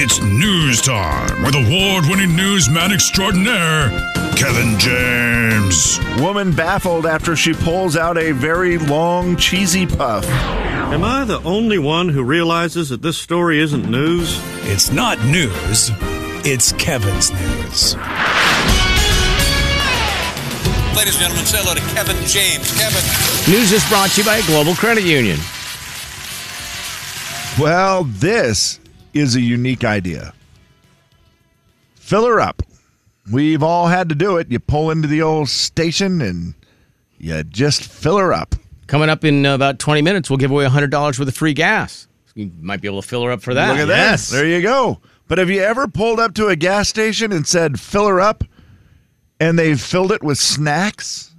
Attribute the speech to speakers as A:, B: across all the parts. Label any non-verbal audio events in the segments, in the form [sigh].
A: It's news time with award winning newsman extraordinaire, Kevin James.
B: Woman baffled after she pulls out a very long cheesy puff.
C: Am I the only one who realizes that this story isn't news?
D: It's not news, it's Kevin's news.
E: Ladies and gentlemen, say hello to Kevin James. Kevin.
F: News is brought to you by Global Credit Union.
B: Well, this is a unique idea. Fill her up. We've all had to do it. You pull into the old station and you just fill her up.
F: Coming up in uh, about 20 minutes, we'll give away $100 worth of free gas. You might be able to fill her up for that.
B: Look at that. There you go. But have you ever pulled up to a gas station and said, fill her up, and they filled it with snacks?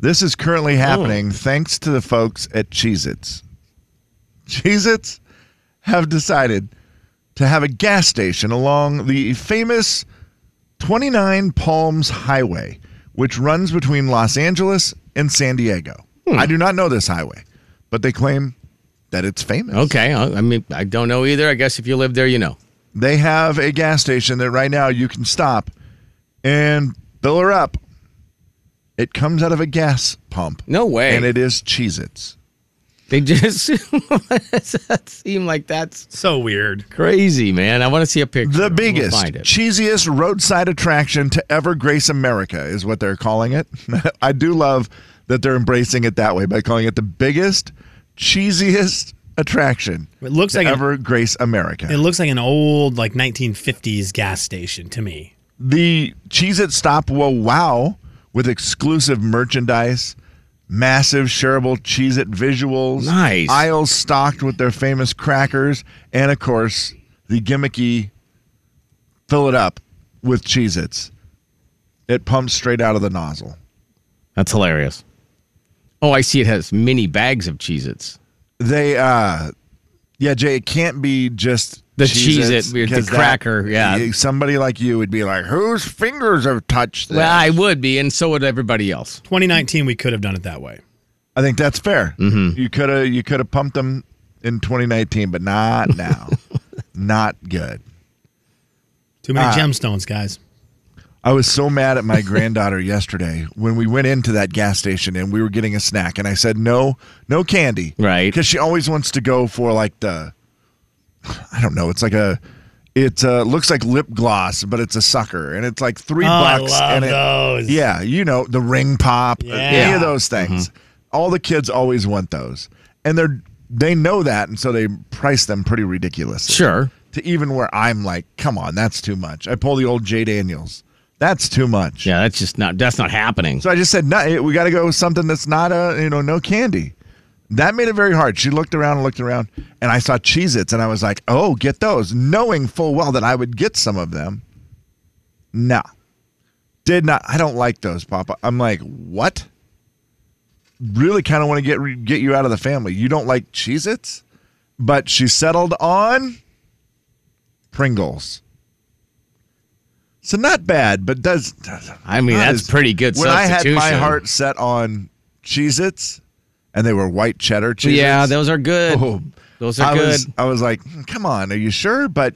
B: This is currently happening thanks to the folks at Cheez Its. Cheez Its have decided to have a gas station along the famous 29 Palms Highway, which runs between Los Angeles and San Diego. I do not know this highway, but they claim that it's famous.
F: Okay. uh, I I mean, I don't know either. I guess if you live there, you know.
B: They have a gas station that right now you can stop and fill her up. It comes out of a gas pump.
F: No way.
B: And it is Cheez Its.
F: They just [laughs] that seem like that's
G: So weird.
F: crazy, man. I want to see a picture.
B: The
F: We'll
B: biggest,
F: find it.
B: cheesiest roadside attraction to ever grace America is what they're calling it. [laughs] I do love that they're embracing it that way by calling it the biggest, cheesiest attraction
G: It looks
B: to
G: like an-
B: ever grace America.
G: It looks like an old like 1950s gas station to me.
B: the Cheez It Stop Whoa Wow with exclusive merchandise, massive shareable Cheez It visuals,
F: Nice.
B: aisles stocked with their famous crackers, and of course, the gimmicky fill it up with Cheez Its. It pumps straight out of the nozzle.
F: That's hilarious. Oh, I see. It has mini bags of Cheez-Its.
B: They, uh, yeah, Jay, it can't be just
F: The
B: Cheez-Its,
F: Cheez-It with the
B: 'cause that-
F: cracker, yeah.
B: Somebody like you would be like, whose fingers have touched this?
F: Well, I would be, and so would everybody else.
G: 2019, we could have done it that way.
B: I think that's fair.
G: Mm-hmm.
B: You could have you could have pumped them in 2019, but not
G: [laughs]
B: now. not good.
G: Too many
B: Ah.
G: gemstones, guys.
B: I was so mad at my
G: [laughs]
B: granddaughter yesterday when we went into that gas station and we were getting a snack, and I said no, no candy,
F: Right.
B: Because she always wants to go for like the, [sighs] I don't know, it's like a. It uh, looks like lip gloss, but it's a sucker, and it's like three
G: Oh, I
B: bucks.
G: love
B: and it-
G: those.
B: Yeah, you know the ring pop, uh, any
G: Yeah.
B: of those things. All the kids always want those, and they're they know that, and so they price them pretty ridiculously.
F: Sure.
B: To even where I'm like, come on, that's too much. I pull the old Jay Daniels. That's too much.
F: Yeah, that's just not. That's not happening.
B: So I just said, no, we got to go with something that's not a, you know, no candy. That made it very hard. She looked around and looked around, and I saw Cheez Its, and I was like, oh, get those, knowing full well that I would get some of them. No, did not. I don't like those, Papa. I'm like, what? Really kind of want to get, re- get you out of the family. You don't like Cheez Its? But she settled on Pringles. So not bad, but does
F: I mean,
B: not
F: that's
B: as-
F: pretty good
B: When I had my
F: substitution.
B: heart set on Cheez Its and they were white cheddar Cheez Its.
F: yeah, those are good. Those are
B: Oh, I
F: good.
B: Was, I was like, "Hmm, come on, are you sure? But,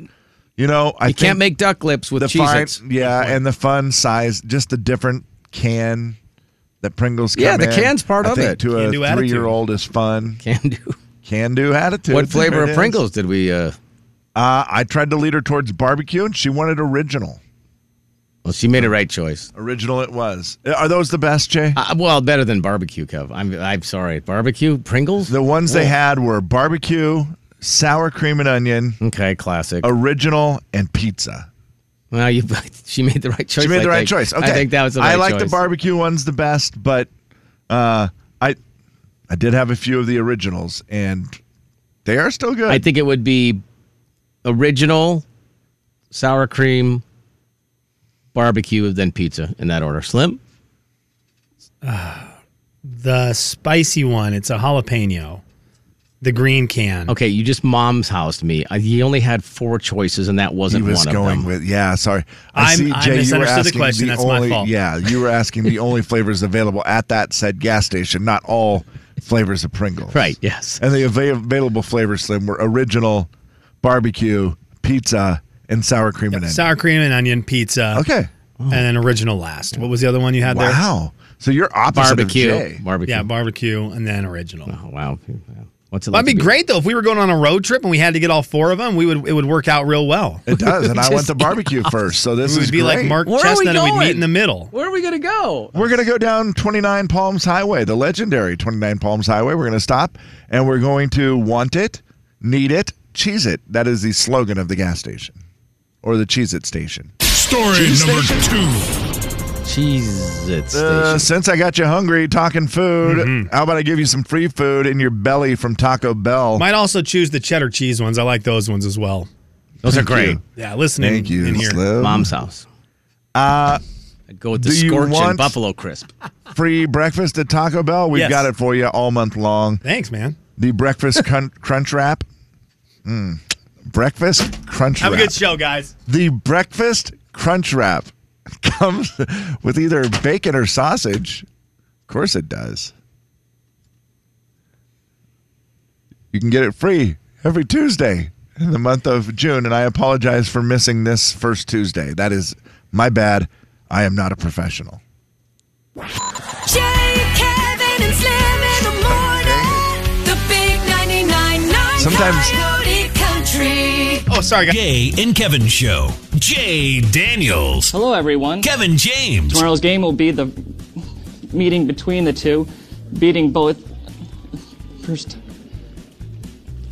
B: you know, I
F: you
B: think
F: can't make duck lips with
B: the fine,
F: Cheez-Its.
B: yeah, and the fun size, just the different can that Pringles come
F: Yeah, the
B: in.
F: can's part
B: I
F: of
B: think
F: it.
B: To
G: Can-do
B: a
G: attitude.
B: three year old is fun.
F: Can
B: [laughs]
F: do.
B: Can do attitude. There
F: What flavor
B: it
F: of
B: is.
F: Pringles did we? uh
B: Uh, I tried to lead her towards barbecue and she wanted original.
F: Well, she made a right choice.
B: Original it was. Are those the best, Jay?
F: Uh, well, better than barbecue, Kev. I'm I'm sorry. Barbecue Pringles.
B: The ones they had were barbecue, sour cream and onion,
F: okay, classic.
B: original, and pizza.
F: well, you [laughs] she made the right choice.
B: She made
F: I
B: the right
F: think.
B: choice. Okay,
F: I think that was the
B: I
F: right
B: like the
F: choice.
B: barbecue ones the best, but uh, I I did have a few of the originals, and they are still good.
F: I think it would be original, sour cream, barbecue, then pizza in that order. Slim.
G: The spicy one, it's a jalapeno. The green can.
F: Okay, you just mom's house me. I, you only had four choices, and that
B: he
F: wasn't
B: was
F: one
B: going
F: of them.
B: with yeah. Sorry,
G: I'm- I misunderstood the question. That's my
B: only
G: fault.
B: yeah you were asking the only flavors available at that said gas station, not all flavors of Pringles.
F: right. Yes.
B: and the ava- available flavors, Slim, were original, barbecue, pizza and sour cream and onion.
G: Sour cream and onion pizza.
B: okay.
G: And an original last. What was the other one you had there?
B: Wow. So you're opposite
F: Barbecue.
B: of Jay.
F: Barbecue.
G: Yeah, barbecue and then original.
F: Oh, wow. What's it
G: Well,
F: like?
G: that'd
F: to
G: be great though if we were going on a road trip and we had to get all four of them. We would it would work out real well. [laughs]
B: It does, and I
F: Just
B: went to barbecue first, so this
G: It
B: is
G: would be like
B: great.
G: Mark
F: Where are we
G: Chestnut and we'd
F: going?
G: meet in the middle.
F: Where are we going to go?
B: We're gonna go down 29 Palms Highway, the legendary 29 Palms Highway. We're gonna stop, and we're going to want it, need it, cheese it. That is the slogan of the gas station, or the cheese it station.
A: Story
B: Cheese
A: number
B: station.
A: two.
F: Cheese it station.
B: Uh, since I got you hungry, talking food,
G: Mm-hmm.
B: how about I give you some free food in your belly from Taco Bell?
G: Might also choose the cheddar cheese ones. I like those ones as well.
F: Those are
B: Thank
F: great.
B: you.
G: Yeah, listening
B: Thank you,
G: in here.
B: Slim.
F: Mom's house. Uh, go with the
B: do you
F: scorching
B: want-
F: buffalo crisp.
B: Free breakfast at Taco Bell. We've
G: Yes.
B: got it for you all month long.
G: Thanks, man.
B: The breakfast
G: [laughs]
B: crun- crunch wrap. Mm. Breakfast crunch
G: Have
B: wrap.
G: a good show, guys.
B: the breakfast crunch wrap [laughs] comes with either bacon or sausage. Of course it does. You can get it free every Tuesday in the month of June, and I apologize for missing this first Tuesday. That is my bad. I am not a professional.
H: Jay, Kevin, and Slim in the morning. The big 99.9
B: Sometimes-
H: Coyote Country.
G: Oh, sorry, guys.
D: Jay and Kevin Show. Jay Daniels.
I: Hello, everyone.
D: Kevin James.
I: Tomorrow's game will be the meeting between the two, beating both. First.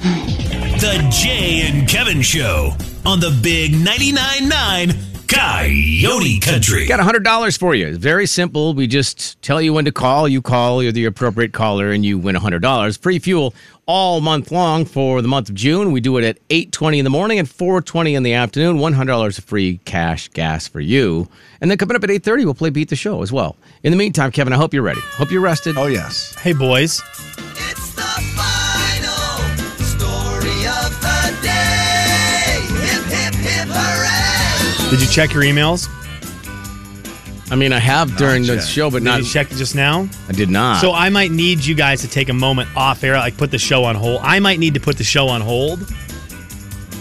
D: The Jay and Kevin Show on the Big 99.9 Coyote Country.
F: Got $100 for you. It's Very simple. We just tell you when to call. You call, you're the appropriate caller, and you win $100. Free fuel all month long for the month of June. We do it at 8.20 in the morning and 4.20 in the afternoon. $100 of free cash gas for you. And then coming up at 8.30, we'll play Beat the Show as well. In the meantime, Kevin, I hope you're ready. Hope you're rested.
B: Oh, yes.
G: Hey, boys.
J: It's the final story of the day. Hip, hip, hip, hooray!
G: Did you check your emails?
F: I mean, I have during the
B: yet.
F: show, but
G: Did
F: not.
G: you check it just now?
F: I did not.
G: So I might need you guys to take a moment off air, like put the show on hold. I might need to put the show on hold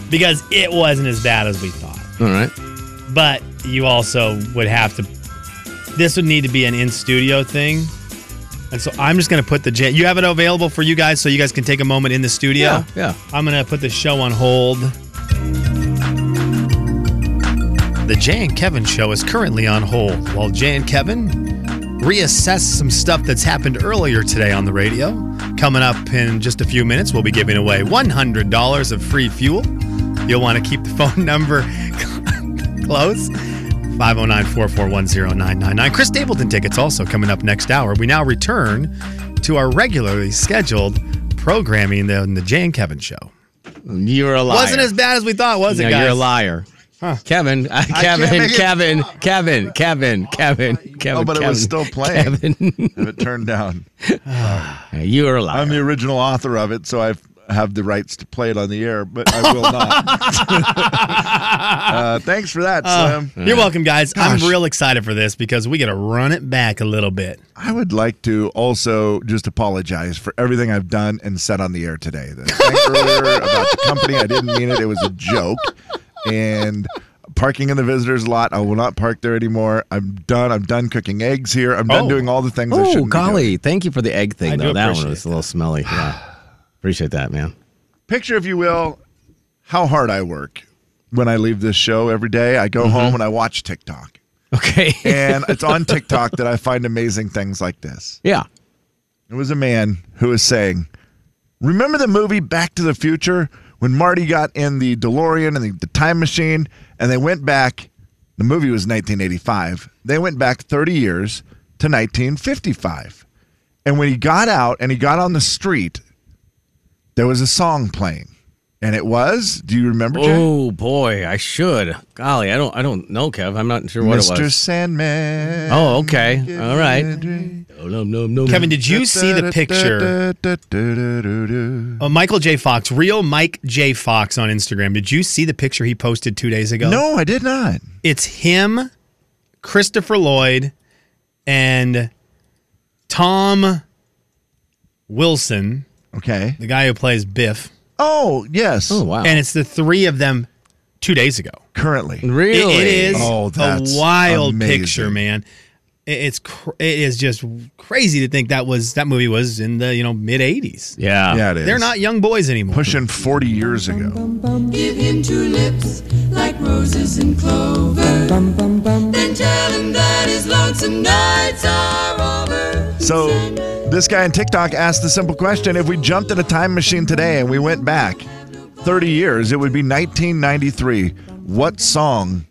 G: because it wasn't as bad as we thought.
F: all right.
G: But you also would have to. This would need to be an in studio thing. And so I'm just going to put the. J- You have it available for you guys so you guys can take a moment in the studio?
F: Yeah. Yeah.
G: I'm going to put the show on hold. The Jay and Kevin show is currently on hold while Jay and Kevin reassess some stuff that's happened earlier today on the radio. Coming up in just a few minutes, we'll be giving away $100 of free fuel. You'll want to keep the [laughs] phone number close. 509 441 999 Chris Stapleton tickets also coming up next hour. We now return to our regularly scheduled programming on the Jay and Kevin show.
F: You're a liar.
G: Wasn't as bad as we thought, was it,
F: No,
G: guys?
F: you're a liar. Kevin, uh, Kevin,
B: make it
F: Kevin, Kevin, Kevin, Kevin, Kevin.
B: Oh, but it was still
F: [laughs]
B: playing.
F: Kevin. Kevin,
B: Have it turned down.
F: you are a liar.
B: I'm the original author of it, so I have the rights to play it on the air, but I will
F: [laughs]
B: not. uh, thanks for that,
F: Oh.
B: Slim.
G: You're welcome, guys.
B: Gosh.
G: I'm real excited for this because we got to run it back a little bit.
B: I would like to also just apologize for everything I've done and said on the air today. The thing earlier about the company, I didn't mean it. It was a joke. And parking in the visitors lot, I will not park there anymore. I'm done. I'm done cooking eggs here. I'm done
G: Oh.
B: doing all the things I
F: oh,
B: shouldn't be doing.
F: golly. Thank you for the egg thing,
G: I
F: though.
G: do
F: That one
G: appreciate
F: was a
B: [sighs]
F: little smelly. Yeah. appreciate that, man. [laughs]
B: picture, if you will, how hard I work when I leave this show every day. I go home and I watch TikTok.
F: Okay.
B: And it's on TikTok that I find amazing things like this.
F: [laughs] yeah.
B: It was a man who was saying, Remember the movie Back to the Future when Marty got in the DeLorean and the, the time machine and they went back? The movie was 1985. They went back 30 years to 1955. And when he got out and he got on the street, there was a song playing. And it was, do you remember, Jay?
F: Oh boy, I should. Golly, I don't. I don't know, Kev. I'm not sure what
B: Mr.
F: it was.
B: Sandman.
F: Oh, okay.
B: give
F: All
B: me
F: right.
B: a drink.
F: Oh, no, no, no.
G: Kevin, did you see the picture of Michael J. Fox, real Mike J. Fox on Instagram? Did you see the picture he posted two days ago?
B: No, I did not.
G: It's him, Christopher Lloyd, and Tom Wilson,
B: Okay.
G: the guy who plays Biff.
B: Oh, yes.
F: Oh wow.
G: And it's the three of them two days ago.
B: currently.
G: It-
F: Really?
G: it is
B: Oh, that's
G: a wild
B: amazing.
G: picture, man. It- It's cr- it is just crazy to think that was that movie was in the you know mid '80s.
F: Yeah.
B: Yeah, it is.
G: They're not young boys anymore.
B: pushing 40 years ago.
H: Give him two lips like roses and clover. Then tell him that his lonesome nights are over.
B: So this guy on TikTok asked the simple question if we jumped in a time machine today and we went back 30 years, it would be 1993. What song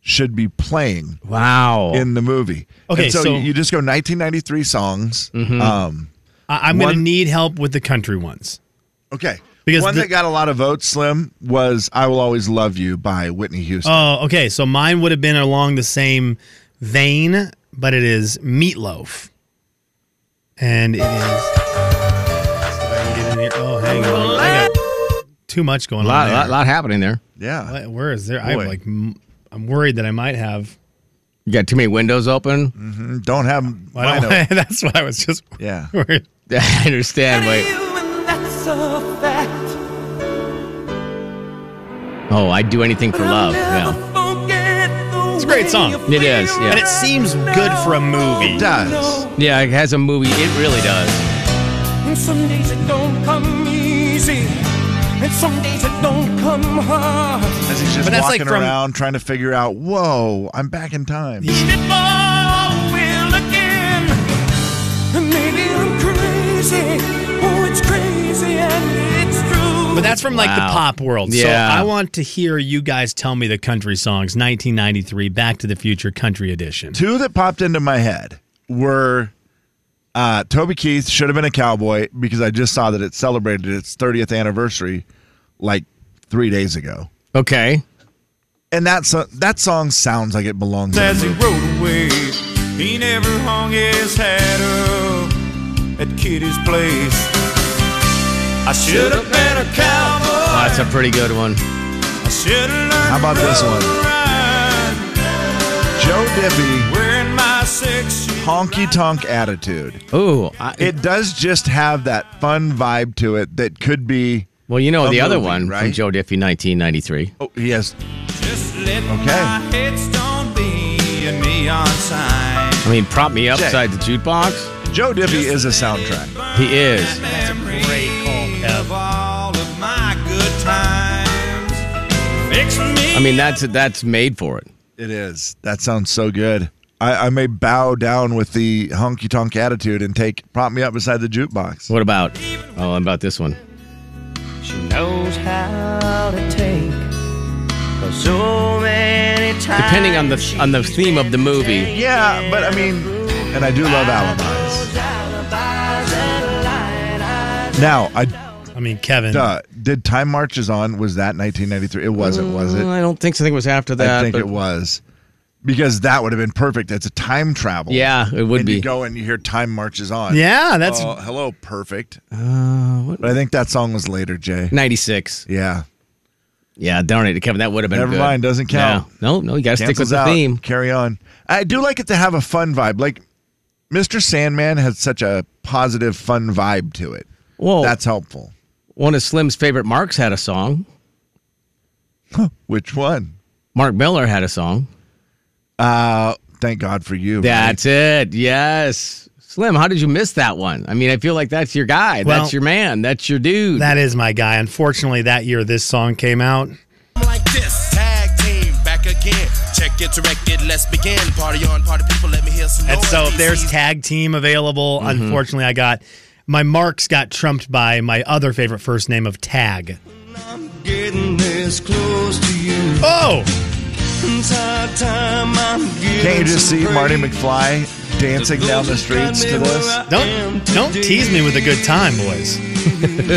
B: should be playing
F: Wow.
B: in the movie?
G: Okay,
B: And so,
G: so- Mm-hmm.
B: you you just go 1993 songs. Um,
G: I, am gonna
B: One-
G: need help with the country ones.
B: okay.
G: Because
B: one
G: the-
B: that got a lot of votes, Slim, was "I Will Always Love You" by Whitney Houston.
G: Oh, okay. So mine would have been along the same vein, but it is meatloaf, and it is. see if I can get in here. Oh, hang on. I got too much going
F: a lot,
G: on.
F: lot,
G: there.
F: lot happening there.
B: yeah,
G: What- Where is there? I
B: Boy.
G: like. m- I'm worried that I might have.
F: You got too many windows open.
B: don't have.
G: I
B: mine
G: don't,
B: open.
G: that's why I [laughs] was just
B: Yeah.
G: worried.
F: [laughs] I understand. Wait.
J: And that's a fact.
F: Oh, I'd do anything for love. Yeah.
J: It's
G: a great song.
F: It is.
G: And
F: Yeah.
G: it seems good for a movie.
B: does.
F: Yeah. It has a movie. It really does.
J: And some days it don't come easy. And some days it don't come hard.
B: As he's just
G: But that's
B: walking
G: like from-
B: around trying to figure out, whoa, I'm back in time.
J: If it all will again. And maybe I'm crazy. Oh, it's crazy and it's true.
G: But that's from like the
F: Wow.
G: pop world.
F: Yeah.
G: So I want to hear you guys tell me the country songs 1993 Back to the Future Country Edition.
B: Two that popped into my head were uh, Toby Keith should have been a cowboy because I just saw that it celebrated its 30th anniversary like three days ago.
F: Okay.
B: And that, so- that song sounds like it belongs in
J: As
B: the
J: he
B: movie.
J: rode away, he never hung his hat up at Kitty's place. I should have been a cowboy.
F: Oh, that's a pretty good one.
J: I should have learned
B: How about
J: to
B: this
J: rub
B: one?
J: a rhyme.
B: Joe Diffie,
J: Wearing my sexy
B: honky tonk attitude.
F: Ooh. I,
B: It does just have that fun vibe to it that could be.
F: well, you know
B: a
F: the other
B: movie,
F: one from
B: right?
F: Joe Diffie, 1993.
B: Oh, yes.
J: Just let
B: Okay.
J: my headstone be a neon sign.
F: I mean, prop me up
B: Jay.
F: beside the jukebox.
B: Joe Diffie is a soundtrack.
F: He is.
G: Great call, Kev.
J: Of all of my good times. Fix me
F: I mean, that's that's made for it.
B: It is. That sounds so good. I, I may bow down with the honky tonk attitude and take prop me up beside the jukebox.
F: What about? Oh, about this one.
J: She knows how to take so many times.
F: Depending on the on the theme of the movie.
B: Yeah, but I mean, and I do love alibis. Now, I
G: I mean, Kevin.
B: duh, did Time Marches On. Was that 1993? It wasn't, was
F: Uh,
B: it?
F: I don't think so. I think it was after that.
B: I think
F: but-
B: it was. Because that would have been perfect. It's a time travel.
F: Yeah, it would
B: and
F: be.
B: you go and you hear Time Marches On.
G: Yeah, that's.
B: Oh, hello, perfect.
F: Uh,
B: But I think that song was later, Jay.
F: 96.
B: Yeah.
F: Yeah, darn it, Kevin. That would have been
B: Never
F: good.
B: mind, doesn't count.
F: No, no, no you got to stick with
B: Cancels
F: the
B: out.
F: theme.
B: Carry on. I do like it to have a fun vibe. Like Mr. Sandman has such a positive, fun vibe to it.
F: Well,
B: That's helpful.
F: one of Slim's favorite marks had a song.
B: Which one?
F: Mark Miller had a song.
B: Uh, thank God for you.
F: That's it. Yes. Slim, how did you miss that one? I mean, I feel like that's your guy.
G: Well,
F: that's your man. That's your dude.
G: That is my guy. Unfortunately, that year this song came out.
E: Like this. Tag team back again. Check it, direct it, let's begin. Party on, party people, let me hear some
G: And
E: noise.
G: so if there's
E: DC's
G: tag team available,
F: Mm-hmm.
G: unfortunately, I got my marks got trumped by my other favorite first name of Tag.
J: Getting this close to you.
G: Oh,
J: Inside time, I'm
B: right.
J: getting
B: Can't you just
J: some
B: see Marty
J: praise.
B: McFly dancing down the streets to this?
G: don't don't tease me with a good time, boys.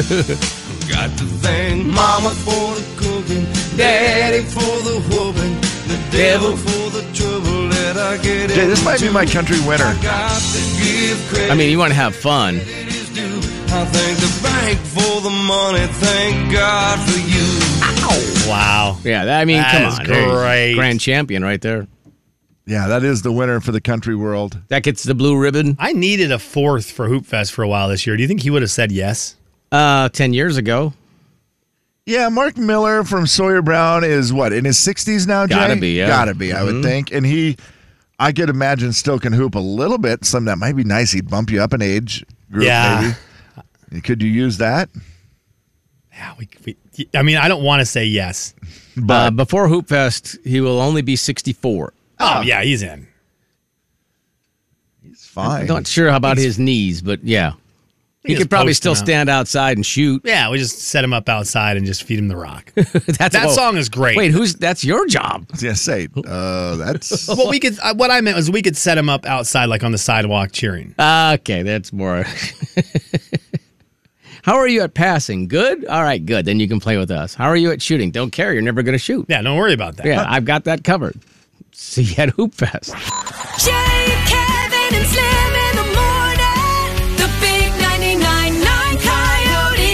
J: Got to thank Mama for the cooking, Daddy for the whooping, the devil for the trouble that I get
B: Jay, this might be my country winner.
J: Got to give credit
F: I mean, you want to have fun.
J: it is due. I thank the bank for the money. Thank God for you.
G: Wow.
F: Yeah, that, I mean,
G: That
F: come
G: is
F: on. there you-
G: great.
F: Grand champion right there.
B: Yeah, that is the winner for the country world.
F: That gets the blue ribbon.
G: I needed a fourth for Hoop Fest for a while this year. Do you think he would have said yes?
F: Uh, 10 years ago.
B: Yeah, Mark Miller from Sawyer Brown is what in his sixties now. Jay?
F: Gotta be, yeah.
B: gotta be. I would
F: Mhm.
B: think, and he, I could imagine, still can hoop a little bit. Some that might be nice. He'd bump you up an age group,
G: Yeah.
B: maybe. Could you use that?
G: We- I mean, I don't want to say yes.
F: But Uh, before Hoop Fest, he will only be 64.
G: Oh, yeah, he's in.
B: It's fine.
F: I'm
B: [laughs]
F: not sure about his knees, but yeah. He
G: just
F: could probably
G: post
F: still
G: him out.
F: stand outside and shoot.
G: Yeah, we just set him up outside and just feed him the rock.
F: [laughs] That's,
G: that
F: oh,
G: song is great.
F: Wait, who's that's your job?
B: I was gonna say,
F: Oh.
B: uh,
F: [laughs]
B: that's
G: Well, we could. uh, What I meant was we could set him up outside, like on the sidewalk, cheering.
F: Uh. Okay, that's more. [laughs] How are you at passing? Good? All right, good. Then you can play with us. How are you at shooting? Don't care. You're never going to shoot.
G: Yeah, don't worry about that.
F: Yeah, I've got that covered. See you at Hoop Fest.
H: Jay, Kevin, and Slim in the morning. The big 99.9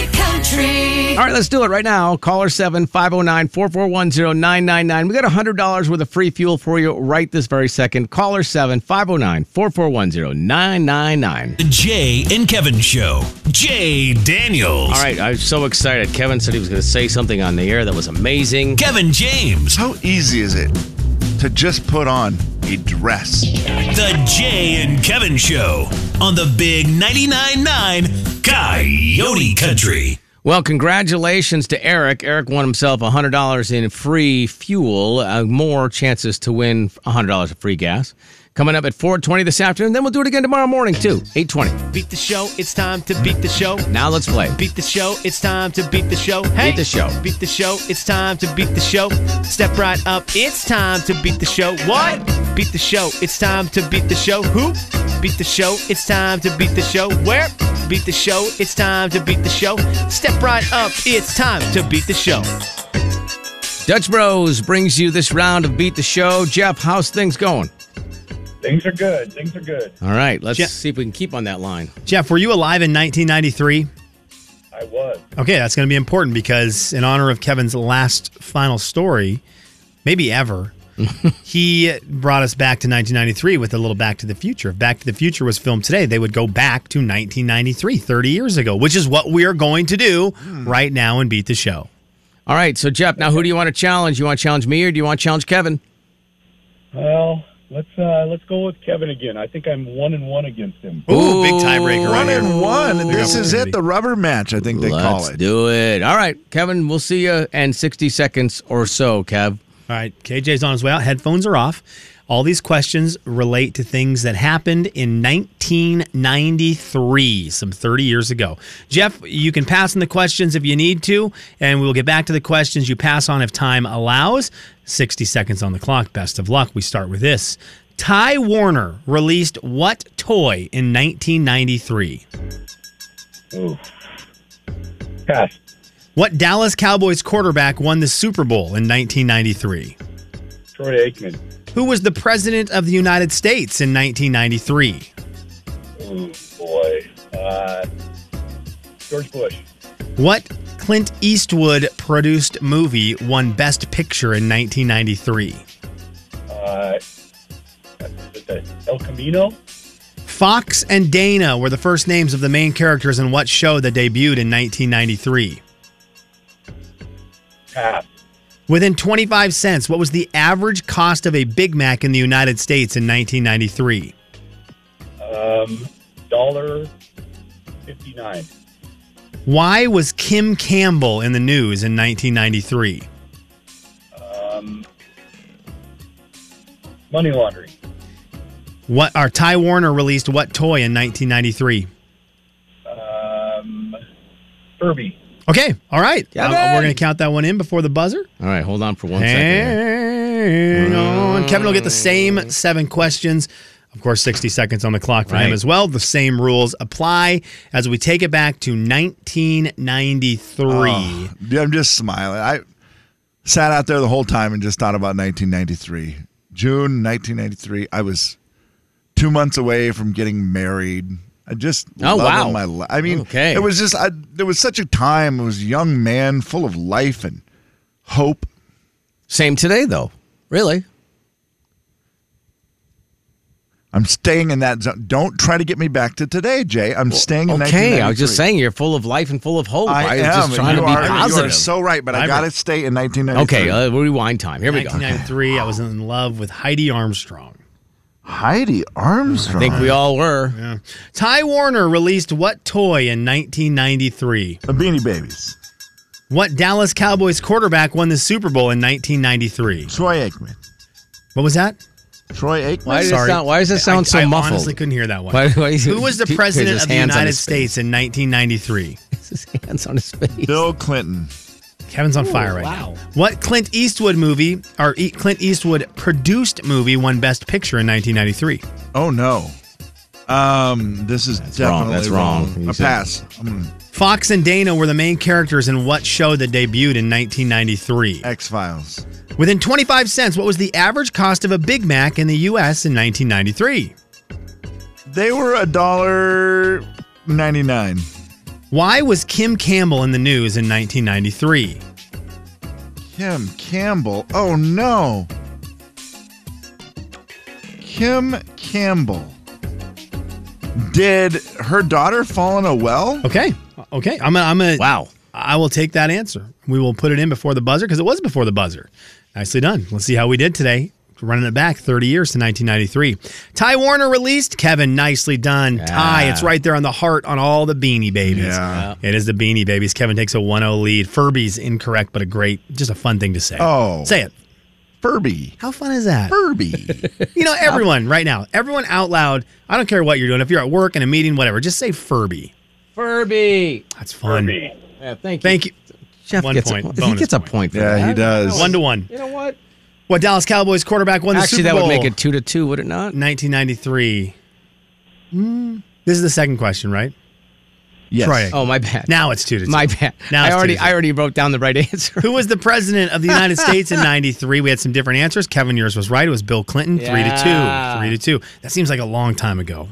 H: Coyote Country.
F: All right, let's do it right now. Caller oh 7 509 441 999. We got $100 worth of free fuel for you right this very second. Caller oh 7 509 441 999.
D: The Jay and Kevin Show. Jay Daniels.
F: All right, I'm so excited. Kevin said he was going to say something on the air that was amazing.
D: Kevin James.
B: how easy is it to just put on a dress?
D: The Jay and Kevin Show on the Big 99.9 9 Coyote Country.
F: Well, congratulations to Eric. Eric won himself $100 in free fuel, uh, more chances to win $100 of free gas. Coming up at 420 this afternoon. Then we'll do it again tomorrow morning, too, 820.
K: Beat the show, it's time to beat the show.
F: Now let's play.
K: Beat the show, it's time to beat the show. Hey,
F: the show.
K: Beat the show, it's time to beat the show. Step right up, it's time to beat the show. What? Beat the show, it's time to beat the show. Who? Beat the show, it's time to beat the show. Where? Beat the show, it's time to beat the show. Step right up, it's time to beat the show.
F: Dutch Bros brings you this round of Beat the Show. Jeff, how's things going?
L: Things are good. Things are good.
F: All right, let's
G: Jeff-
F: see if we can keep on that line.
G: Jeff, were you alive in 1993?
L: I was.
G: Okay, that's going to be important because in honor of Kevin's last final story, maybe
B: [laughs]
G: ever, he brought us back to 1993 with a little Back to the Future. If Back to the Future was filmed today, they would go back to 1993, 30 years ago, which is what we are going to do
B: Hmm.
G: right now and beat the show.
F: All right, so Jeff, now who do you want to challenge? You want to challenge me or do you want to challenge Kevin?
L: Well, let's uh, let's go with Kevin again. I think I'm one and one against him.
G: Ooh, big tiebreaker right
B: One
G: here.
B: and one. This is it. The rubber match. I think they call
F: Let's
B: it.
F: do it. All right, Kevin, we'll see you in 60 seconds or so, Kev.
G: All right, KJ's on his way out. Headphones are off. All these questions relate to things that happened in 1993, some 30 years ago. Jeff, you can pass on the questions if you need to, and we'll get back to the questions you pass on if time allows. 60 seconds on the clock. Best of luck. We start with this. Ty Warner released what toy in 1993?
L: Ooh. Pass.
G: What Dallas Cowboys quarterback won the Super Bowl in 1993?
L: Troy Aikman.
G: Who was the president of the United States in 1993?
L: Ooh boy. Uh, George Bush.
G: What Clint Eastwood produced movie won Best Picture in 1993?
L: Uh, is that El Camino.
G: Fox and Dana were the first names of the main characters in what show that debuted in 1993?
L: Pass.
G: Within 25 cents, what was the average cost of a Big Mac in the United States in 1993?
L: Um, dollar fifty nine.
G: Why was Kim Campbell in the news in 1993?
L: Um, money laundering.
G: What are Ty Warner released what toy in 1993?
L: Um, Furby.
G: Okay, all right.
F: Kevin!
G: Uh, we're going to count that one in before the buzzer.
F: All right, hold on for one second. here.
G: Hang on. Kevin will get the same seven questions. Of course, 60 seconds on the clock for him
F: Right.
G: as well. The same rules apply as we take it back to 1993.
B: Oh, dude, I'm just smiling. I sat out there the whole time and just thought about 1993. June 1993. I was two months away from getting married. I just
F: Oh,
B: loving
F: wow.
B: my life. I mean,
F: Okay.
B: it was just I, there was such a time. I was a young man, full of life and hope.
F: Same today, though.
B: I
F: Really?
B: I'm staying in that zone. Don't try to get me back to today, Jay. I'm staying in
F: Okay, I was
B: 1993.
F: just saying you're full of life and full of hope.
B: I
F: was
B: am,
F: just trying
B: and
F: to
B: you
F: be
B: are- you are
F: positive.
B: so right, but I gotta stay in 1993.
F: Okay, uh, rewind time. Here we go.
G: 1993, I was in love with Heidi Armstrong.
B: Heidi Armstrong.
G: I think we
F: all were.
G: Yeah. Ty Warner released what toy in 1993?
B: The Beanie Babies.
G: What Dallas Cowboys quarterback won the Super Bowl in 1993?
B: Troy Aikman.
G: What was that?
B: Troy Aikman.
F: Why does it sound- why does it sound so
G: I,
F: muffled?
G: I honestly couldn't hear that one.
F: Why- why is
G: Who
F: it-
G: was the
F: [laughs] he put
G: president
F: his
G: of the
F: hands on
G: United
F: his face.
G: States in 1993?
F: His hands on his face.
B: Bill Clinton.
G: Kevin's on
F: Ooh,
G: fire right
F: wow.
G: now. What Clint Eastwood movie or E- Clint Eastwood produced movie won Best Picture in 1993?
B: Oh no. Um, this is that's
G: wrong,
B: definitely
G: that's wrong.
B: A
G: You said-
B: pass. Mm.
G: Fox and Dana were the main characters in what show that debuted in 1993?
B: X Files.
G: Within 25 cents, what was the average cost of a Big Mac in the U.S. in 1993?
B: They were a dollar ninety-nine.
G: Why was Kim Campbell in the news in 1993?
B: Kim Campbell. Oh no. Kim Campbell. Did her daughter fall in a well?
G: Okay. Okay. I'm gonna. I'm gonna wow. I will take that answer. We will put it in before the buzzer because it was before the buzzer. Nicely done. Let's see how we did today. Running it back 30 years to 1993. Ty Warner released. Kevin, nicely done. Ty, it's right there on the heart on all the Beanie Babies.
B: Yeah.
G: It is the Beanie Babies. Kevin takes a 1 0 lead. Furby's incorrect, but a great, just a fun thing to say.
B: Oh.
G: Say it.
B: Furby.
G: How fun is
B: [laughs]
G: that?
B: Furby.
G: You know, everyone right now, everyone out loud, I don't care what you're doing. If you're at work, in a meeting, whatever, just say Furby.
F: Furby.
G: That's fun.
F: Yeah, thank you.
G: Thank you.
F: Jeff
G: One
F: gets
G: point.
F: a point. He
G: Bonus
F: gets a point for
B: Yeah,
F: that.
B: he does.
G: One to one.
F: You know what?
G: What Dallas Cowboys quarterback won the
F: Actually,
G: Super
F: that
G: Bowl?
F: would make it two to two, would it not?
G: 1993. Hmm. This is the second question, right?
B: Yes.
G: Troy.
F: Oh, my bad.
G: Now it's two to two.
F: my bad.
G: Now
F: I
G: it's
F: already,
G: two to
F: I already wrote down the right answer.
G: Who was the president of
F: [laughs]
G: the United States in '93? We had some different answers. Kevin, yours was right. It was Bill Clinton.
F: Yeah.
G: Three to two. Three to two. That seems like a long time ago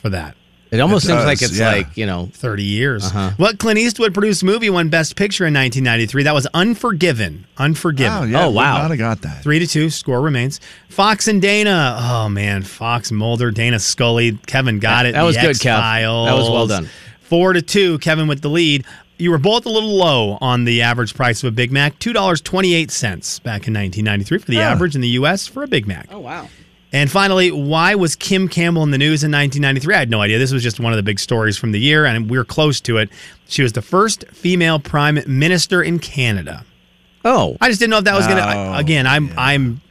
G: for that.
F: [laughs] It almost
B: It
F: seems
B: does,
F: like it's
B: yeah.
F: like you know.
G: 30 years.
F: Uh-huh.
G: What Clint Eastwood produced movie won Best Picture in 1993? That was Unforgiven. Unforgiven.
B: Oh, yeah,
F: Oh,
B: would
F: wow.
B: Not have got that.
G: Three to two, score remains. Fox and Dana. Oh man, Fox Mulder, Dana Scully. Kevin got it.
F: That was
G: The
F: good, Kev.
G: X-Files.
F: That was well done.
G: Four to two, Kevin with the lead. You were both a little low on the average price of a Big Mac, two dollars twenty eight cents back in nineteen ninety three for the average in the U.S. for a Big Mac.
F: Oh wow.
G: And finally, why was Kim Campbell in the news in 1993? I had no idea. This was just one of the big stories from the year, and we were close to it. She was the first female prime minister in Canada.
F: Oh,
G: I just didn't know if that was gonna.
B: Oh,
G: I, again, I'm I'm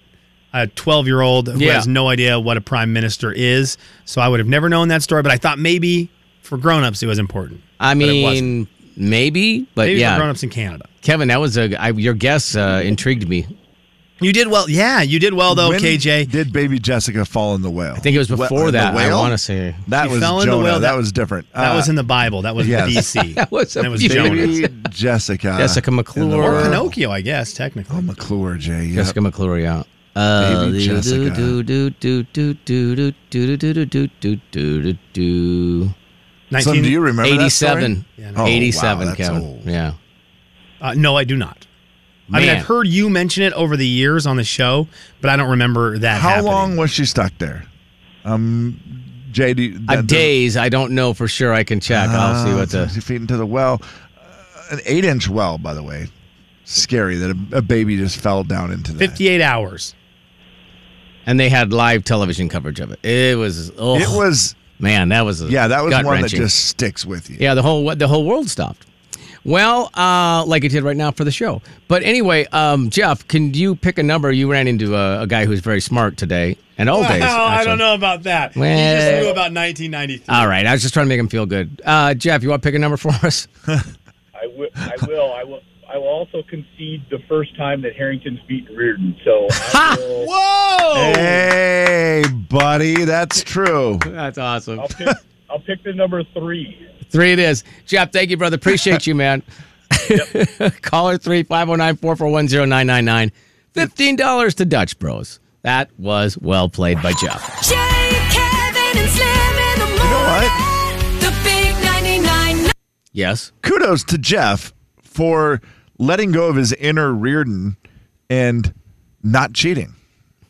G: a 12 year old who
F: Yeah.
G: has no idea what a prime minister is, so I would have never known that story. But I thought maybe for grown ups it was important.
B: Uh,
F: I
G: But it wasn't.
F: mean, maybe, but
G: maybe for
F: yeah,
G: grown ups in Canada.
F: Kevin, that was a I, your guess uh, intrigued me. [laughs]
G: You did well. Yeah, you did well though,
B: When
G: KJ.
B: Did baby Jessica fall in the whale?
F: I think it was before that. I want to say
B: That
G: She
B: was
G: fell in the
B: Jonah.
G: whale.
B: That,
G: That-
B: was different. Uh,
G: That was in the Bible. That was
B: yes. [laughs]
G: BC.
F: That was a
G: And it was
F: few
G: Jonah.
F: minutes.
B: Jessica.
F: Jessica
B: in the
F: McClure.
G: Or
B: whale.
G: Pinocchio, I guess, technically.
B: Oh, McClure, Jay. Yep.
F: Jessica McClure, yeah. Uh,
B: Baby
F: do-
B: Jessica.
F: do- do- do- do- do- do- do- do- do- do- do- do- do- do- do.
B: Slim, do you remember that story?
F: 87.
G: Yeah, no.
B: Oh, wow,
F: 87,
B: that's
F: Kevin.
B: old.
F: Yeah.
G: Uh, no, I do not. I mean,
F: Man.
G: I've heard you mention it over the years on the show, but I don't remember that.
B: How
G: happening.
B: long was she stuck there? Um, Jay, do you,
F: Uh,
B: that-
F: days, I don't know for sure. I can check. I'll see
B: Ah,
F: what the.
B: [laughs] 60 feet into the well. Uh, an eight-inch well, by the way. Scary that a, a baby just fell down into that.
G: 58 hours.
F: And they had live television coverage of it. It was. Oh,
B: It was,
F: Man, that was. a
B: yeah, that was one that
F: gut-wrenching.
B: just sticks with you.
F: Yeah, the whole the whole world stopped. Well, uh, like it did right now for the show. But anyway, um, Jeff, can you pick a number? You ran into a, a guy who's very smart today and all days.
G: Well, I
F: actually.
G: don't know about that. You just
F: Well-
G: knew about 1993.
K: uh,
F: All right, I was just trying to make him feel good. Uh, Jeff, you want to pick a number for [laughs] us?
L: I, w- I will. I will. I will also concede the first time that Harrington's beaten Reardon.
D: [laughs]
L: So I will,
G: Whoa!
B: Hey, buddy, that's true.
F: That's awesome.
L: I'll, pick, I'll pick the number three.
F: Three it is. Jeff, thank you, brother. Appreciate you, man. [laughs] Caller oh 3 509 441 0999. $15 to Dutch Bros. That was well played by Jeff.
H: Jay, Kevin, and Slim in the morning.
B: know what?
H: The big 99.
F: Yes.
B: kudos to Jeff for letting go of his inner Reardon and not cheating.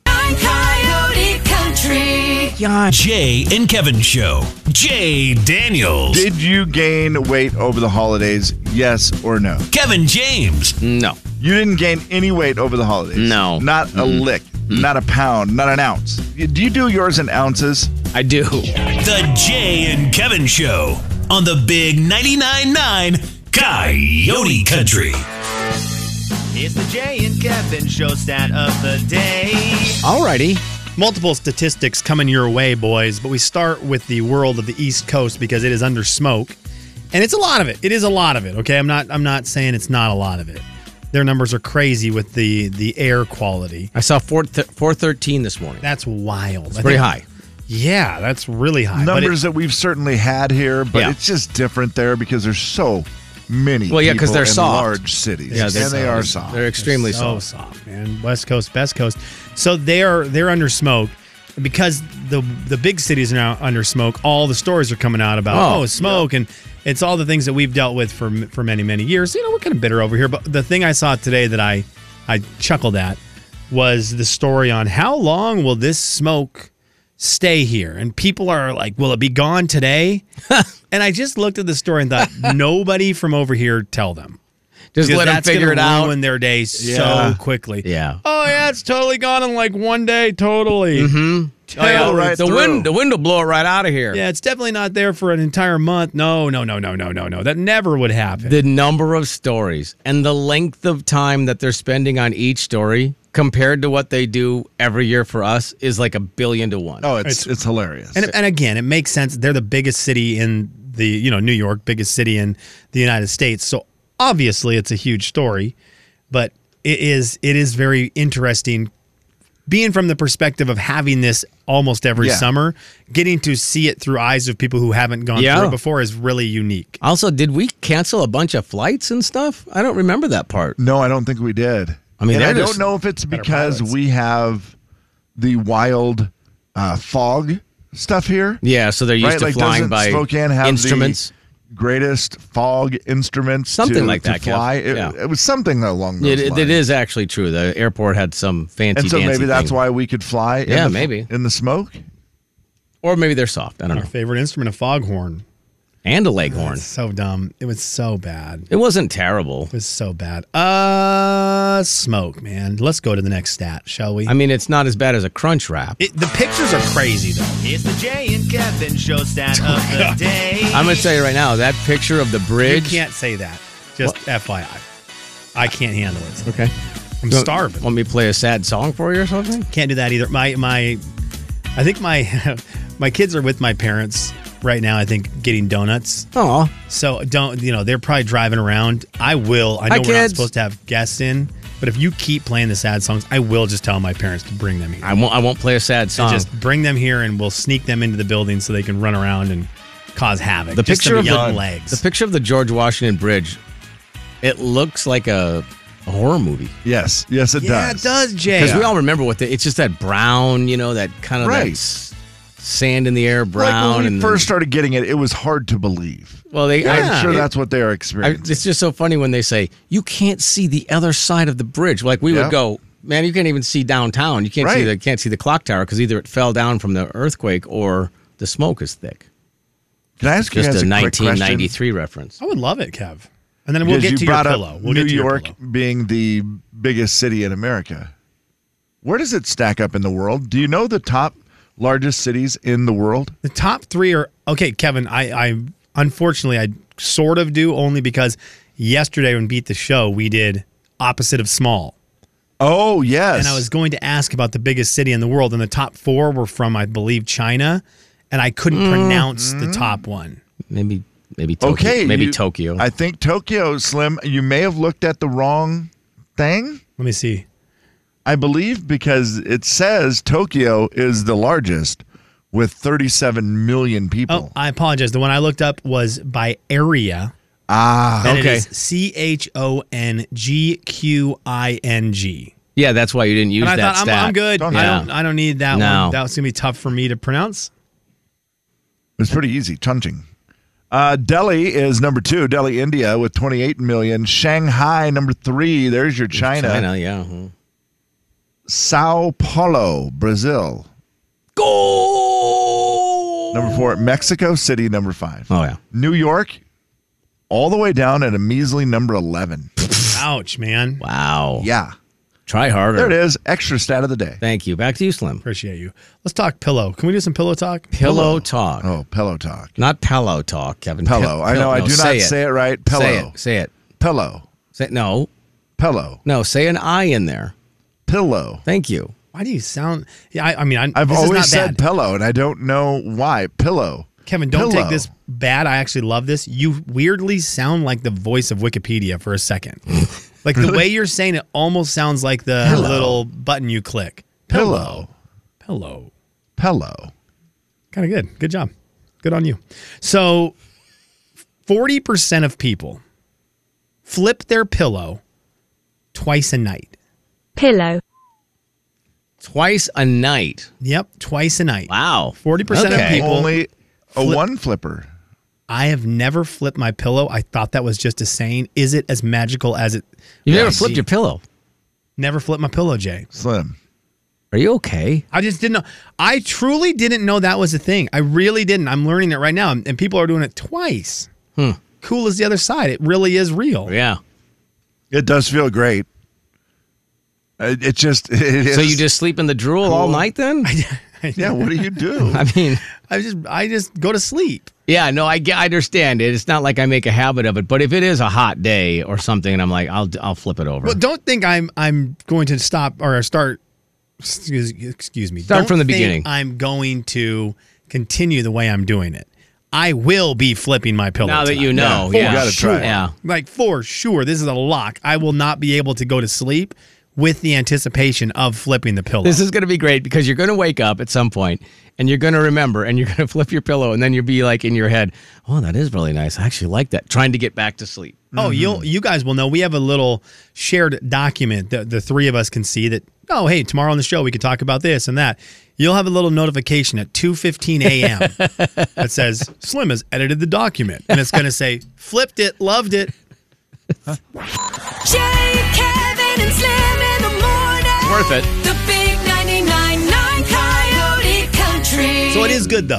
H: Coyote Country.
F: God.
D: Jay and Kevin Show. Jay Daniels.
B: Did you gain weight over the holidays? Yes or no?
D: Kevin James.
F: No.
B: You didn't gain any weight over the holidays.
F: No.
B: Not a lick. Not a pound. Not an ounce. You- Do you do yours in ounces?
F: I do.
D: The Jay and Kevin Show on the Big 99.9 9 Coyote Country.
K: It's the Jay and Kevin show stat of the day.
F: Alrighty.
G: Multiple statistics coming your way, boys, but we start with the world of the East Coast because it is under smoke. And it's a lot of it. It is a lot of it. Okay. I'm not I'm not saying it's not a lot of it. Their numbers are crazy with the the air quality.
F: I saw 4 th- 413 this morning.
G: That's wild.
F: It's
G: I
F: pretty
G: think-
F: high.
G: Yeah, that's really high. but it-
B: Numbers that we've certainly had here, but
F: Yeah.
B: it's just different there because there's so many.
F: Well, yeah,
B: because
F: because they're soft.
B: Large cities.
F: Yeah, they're
B: and they are
F: soft.
B: soft.
F: They're extremely
G: so
F: soft.
G: man. West Coast, best coast. So they're they're under smoke. And because the the big cities are now under smoke, all the stories are coming out about
F: Oh,
G: oh, smoke and it's all the things that we've dealt with for m- for many many years. You know, we're kind of bitter over here, but the thing I saw today that I I chuckled at was the story on how long will this smoke stay here? And people are like, will it be gone today?
F: [laughs]
G: and I just looked at the story and thought nobody from over here tell them.
F: Just
G: Because
F: let 'em
G: that's
F: figure
G: gonna
F: it out.
G: Ruin their day so
F: Yeah.
G: quickly.
F: Yeah.
G: Oh yeah, it's totally gone in like one day. Totally.
F: Mm-hmm.
G: Totally.
F: the wind, the wind will blow it right out of here.
G: Yeah, it's definitely not there for an entire month. No, no, no, no, no, no, no. That never would happen.
F: The number of stories and the length of time that they're spending on each story compared to what they do every year for us is like a billion to one.
B: Oh, it's, it's hilarious.
G: and and again, it makes sense. They're the biggest city in the you know New York, biggest city in the United States. So obviously, it's a huge story. But it is it is very interesting being from the perspective of having this almost every
F: Yeah.
G: summer. Getting to see it through eyes of people who haven't gone
F: Yeah.
G: through it before is really unique.
F: Also, did we cancel a bunch of flights and stuff? I don't remember that part.
B: No, I don't think we did.
F: I mean,
B: and I
F: they're
B: don't
F: just
B: know if it's
F: better
B: because
F: pilots.
B: we have the wild uh, fog stuff here.
F: Yeah, so they're used
B: right?
F: to
B: like, doesn't
F: flying by
B: Spokane have the
F: instruments.
B: greatest fog instruments,
F: Something
B: to-
F: like
B: to
F: that, Kev.
B: fly. It,
F: Yeah.
B: it was something along those
F: It, it-
B: lines.
F: it is actually true. The airport had some fancy.
B: Oh, and so maybe
F: dancy
B: that's
F: thing.
B: why we could fly. in
F: Yeah,
B: the-
F: maybe.
B: in the smoke.
F: Or maybe they're soft. I don't
G: Our
F: know.
G: favorite instrument, a foghorn.
F: And a leghorn.
G: So dumb. It was so bad.
F: It wasn't terrible.
G: It was so bad. Uh, smoke, man. Let's go to the next stat, shall we?
F: I mean, it's not as bad as a crunch wrap.
G: It- the pictures are crazy, though.
K: It's the Jay and Kevin show stat of the day.
F: I'm going to tell you right now that picture of the
G: You
F: bridge.
G: can't say that. Just FYI. I can't handle it.
F: Okay.
G: I'm
F: Don't-
G: starving.
F: Want me to play a sad song for you or something?
G: Can't do that either. My my, I think my [laughs] my kids are with my parents right now. I think getting donuts.
F: Oh,
G: So don't you know they're probably driving around. I will. I know
F: Hi,
G: we're not
F: kids.
G: supposed to have guests in, but if you keep playing the sad songs, I will just tell my parents to bring them here.
F: I won't. I won't play a sad
G: to
B: Um,
F: song.
G: just bring them here and we'll sneak them into the building so they can run around and cause havoc.
F: the
G: Just
F: picture
G: some
F: of
G: young
F: the,
G: legs.
F: The picture of the George Washington Bridge. It looks like a, a horror movie
B: Yes, yes, it
G: yeah,
B: does.
G: it does, Jay.
F: because we all remember what the, it's just that brown, you know, that kind of
B: Right.
F: that s- sand in the air brown.
B: like when we
F: and
B: first started getting it, it was hard to believe.
F: well, they
B: I'm
F: I-
B: sure
F: it-
B: that's what they are
F: I,
B: experiencing.
F: it's just so funny when they say you can't see the other side of the bridge. Like we
B: Yeah.
F: would go, man, you can't even see downtown. You can't see
B: Right.
F: the can't see the clock tower because either it fell down from the earthquake or the smoke is thick.
B: Can I ask you
F: Just
B: guys
F: a
B: a quick question?
F: 1993 reference.
G: I would love it, Kev. And then we'll
B: Because
G: get
B: you
G: to your
B: brought
G: pillow.
B: Up
G: We'll
B: New
G: get to your
B: York
G: pillow.
B: being the biggest city in America. Where does it stack up in the world? Do you know the top largest cities in the world?
G: The top three are okay, Kevin. I, I unfortunately I sort of do only because yesterday when beat the show we did opposite of small.
B: Oh yes.
G: And I was going to ask about the biggest city in the world, and the top four were from I believe China, and I couldn't
B: Mm-hmm.
G: pronounce the top one.
F: Maybe maybe Tokyo.
B: okay.
F: maybe
B: you-
F: Tokyo.
B: I think Tokyo, Slim. You may have looked at the wrong thing.
G: Let me see.
B: I believe because it says Tokyo is the largest with 37 million
G: Oh,
B: people.
G: I apologize. The one I looked up was by area.
B: Ah,
G: And
F: Okay.
G: It is C H O N G Q I N G.
F: yeah, that's why you didn't use
G: And I
F: that
G: thought I'm,
F: stat.
G: I'm good.
B: Don't-
G: I
F: Yeah.
G: don't I don't need that
F: No.
G: one. That was gonna be tough for me to pronounce.
B: it's pretty easy. Chunching. Uh, Delhi is number two. Delhi, India, with 28 million. Shanghai, number three. There's your
F: China, yeah. mhm.
B: Sao Paulo, Brazil.
F: Go
B: Number four, Mexico City. Number five.
F: Oh yeah.
B: New York, all the way down at a measly number eleven.
G: Ouch, man.
F: Wow.
B: Yeah.
F: Try harder.
B: There it is. Extra stat of the day.
F: Thank you. Back to you, Slim.
G: Appreciate you. Let's talk pillow. Can we do some pillow talk?
F: Pillow, talk.
B: Oh, pillow talk.
F: Not pillow talk, Kevin.
B: Pillow. I know. I do not say it right.
F: Say
B: Pillow.
F: it. Say it.
B: Pillow.
F: Say no.
B: Pillow.
F: No. Say an I in there.
B: Pillow.
F: Thank you.
G: Why do you sound? Yeah, I, I mean, I,
B: I've
G: this
B: always
G: is not
B: said
G: bad.
B: pillow, and I don't know why. Pillow.
G: Kevin, don't
B: Pillow.
G: take this bad. I actually love this. You weirdly sound like the voice of Wikipedia for
B: [laughs]
G: a second. like the
B: Really?
G: way you're saying it almost sounds like the
B: Pillow.
G: little button you click.
B: Pillow.
G: Pillow.
B: Pillow.
G: Kind of good. Good job. Good on you. So, 40% of people flip their pillow twice a night.
M: Pillow.
F: Twice a night.
G: Yep, twice a night.
F: Wow.
G: 40% of
F: Okay.
G: people
B: Only a
G: Flip-
B: one flipper.
G: I have never flipped my pillow. I thought that was just a saying. Is it as magical as it?
F: You've never
G: Yes.
F: flipped your pillow.
G: Never flipped my pillow, Jay.
B: Slim.
F: Are you okay?
G: I just didn't know. I truly didn't know that was a thing. I really didn't. I'm learning it right now, and people are doing it twice.
F: Hmm.
G: Cool as the other side. It really is real.
F: Yeah.
B: It does feel great. It, it just. It
F: So
B: is-
F: you just sleep in the drool all night then?
B: [laughs] Yeah. What do you do?
F: [laughs] I mean,
G: I just, I just go to sleep.
F: yeah, no, I, get- I understand it. It's not like I make a habit of it, but if it is a hot day or something, and I'm like, I'll I'll flip it over.
G: Well, don't think I'm, I'm going to stop or start. Excuse, excuse me.
F: Start
G: Don't
F: from the
G: think
F: beginning.
G: I'm going to continue the way I'm doing it. I will be flipping my pillow.
F: now that
G: tonight.
F: you know,
G: For
F: yeah,
B: gotta try it.
F: Yeah,
G: Like for sure, this is a lock. I will not be able to go to sleep with the anticipation of flipping the pillow.
F: This is going to be great because you're going to wake up at some point and you're going to remember and you're [laughs] going to flip your pillow and then you'll be like in your head, oh, that is really nice. I actually like that. Trying to get back to sleep.
G: oh, you'll you guys will know. We have a little shared document that the three of us can see that. Oh, hey, tomorrow on the show we could talk about this and that. You'll have a little notification at 2:15 a.m. that says Slim has edited the document, and it's going to say flipped it, loved it.
H: Jay, Kevin, and Slim in the morning.
F: Worth it.
H: The big 99.9 Coyote Country.
G: So it is good though.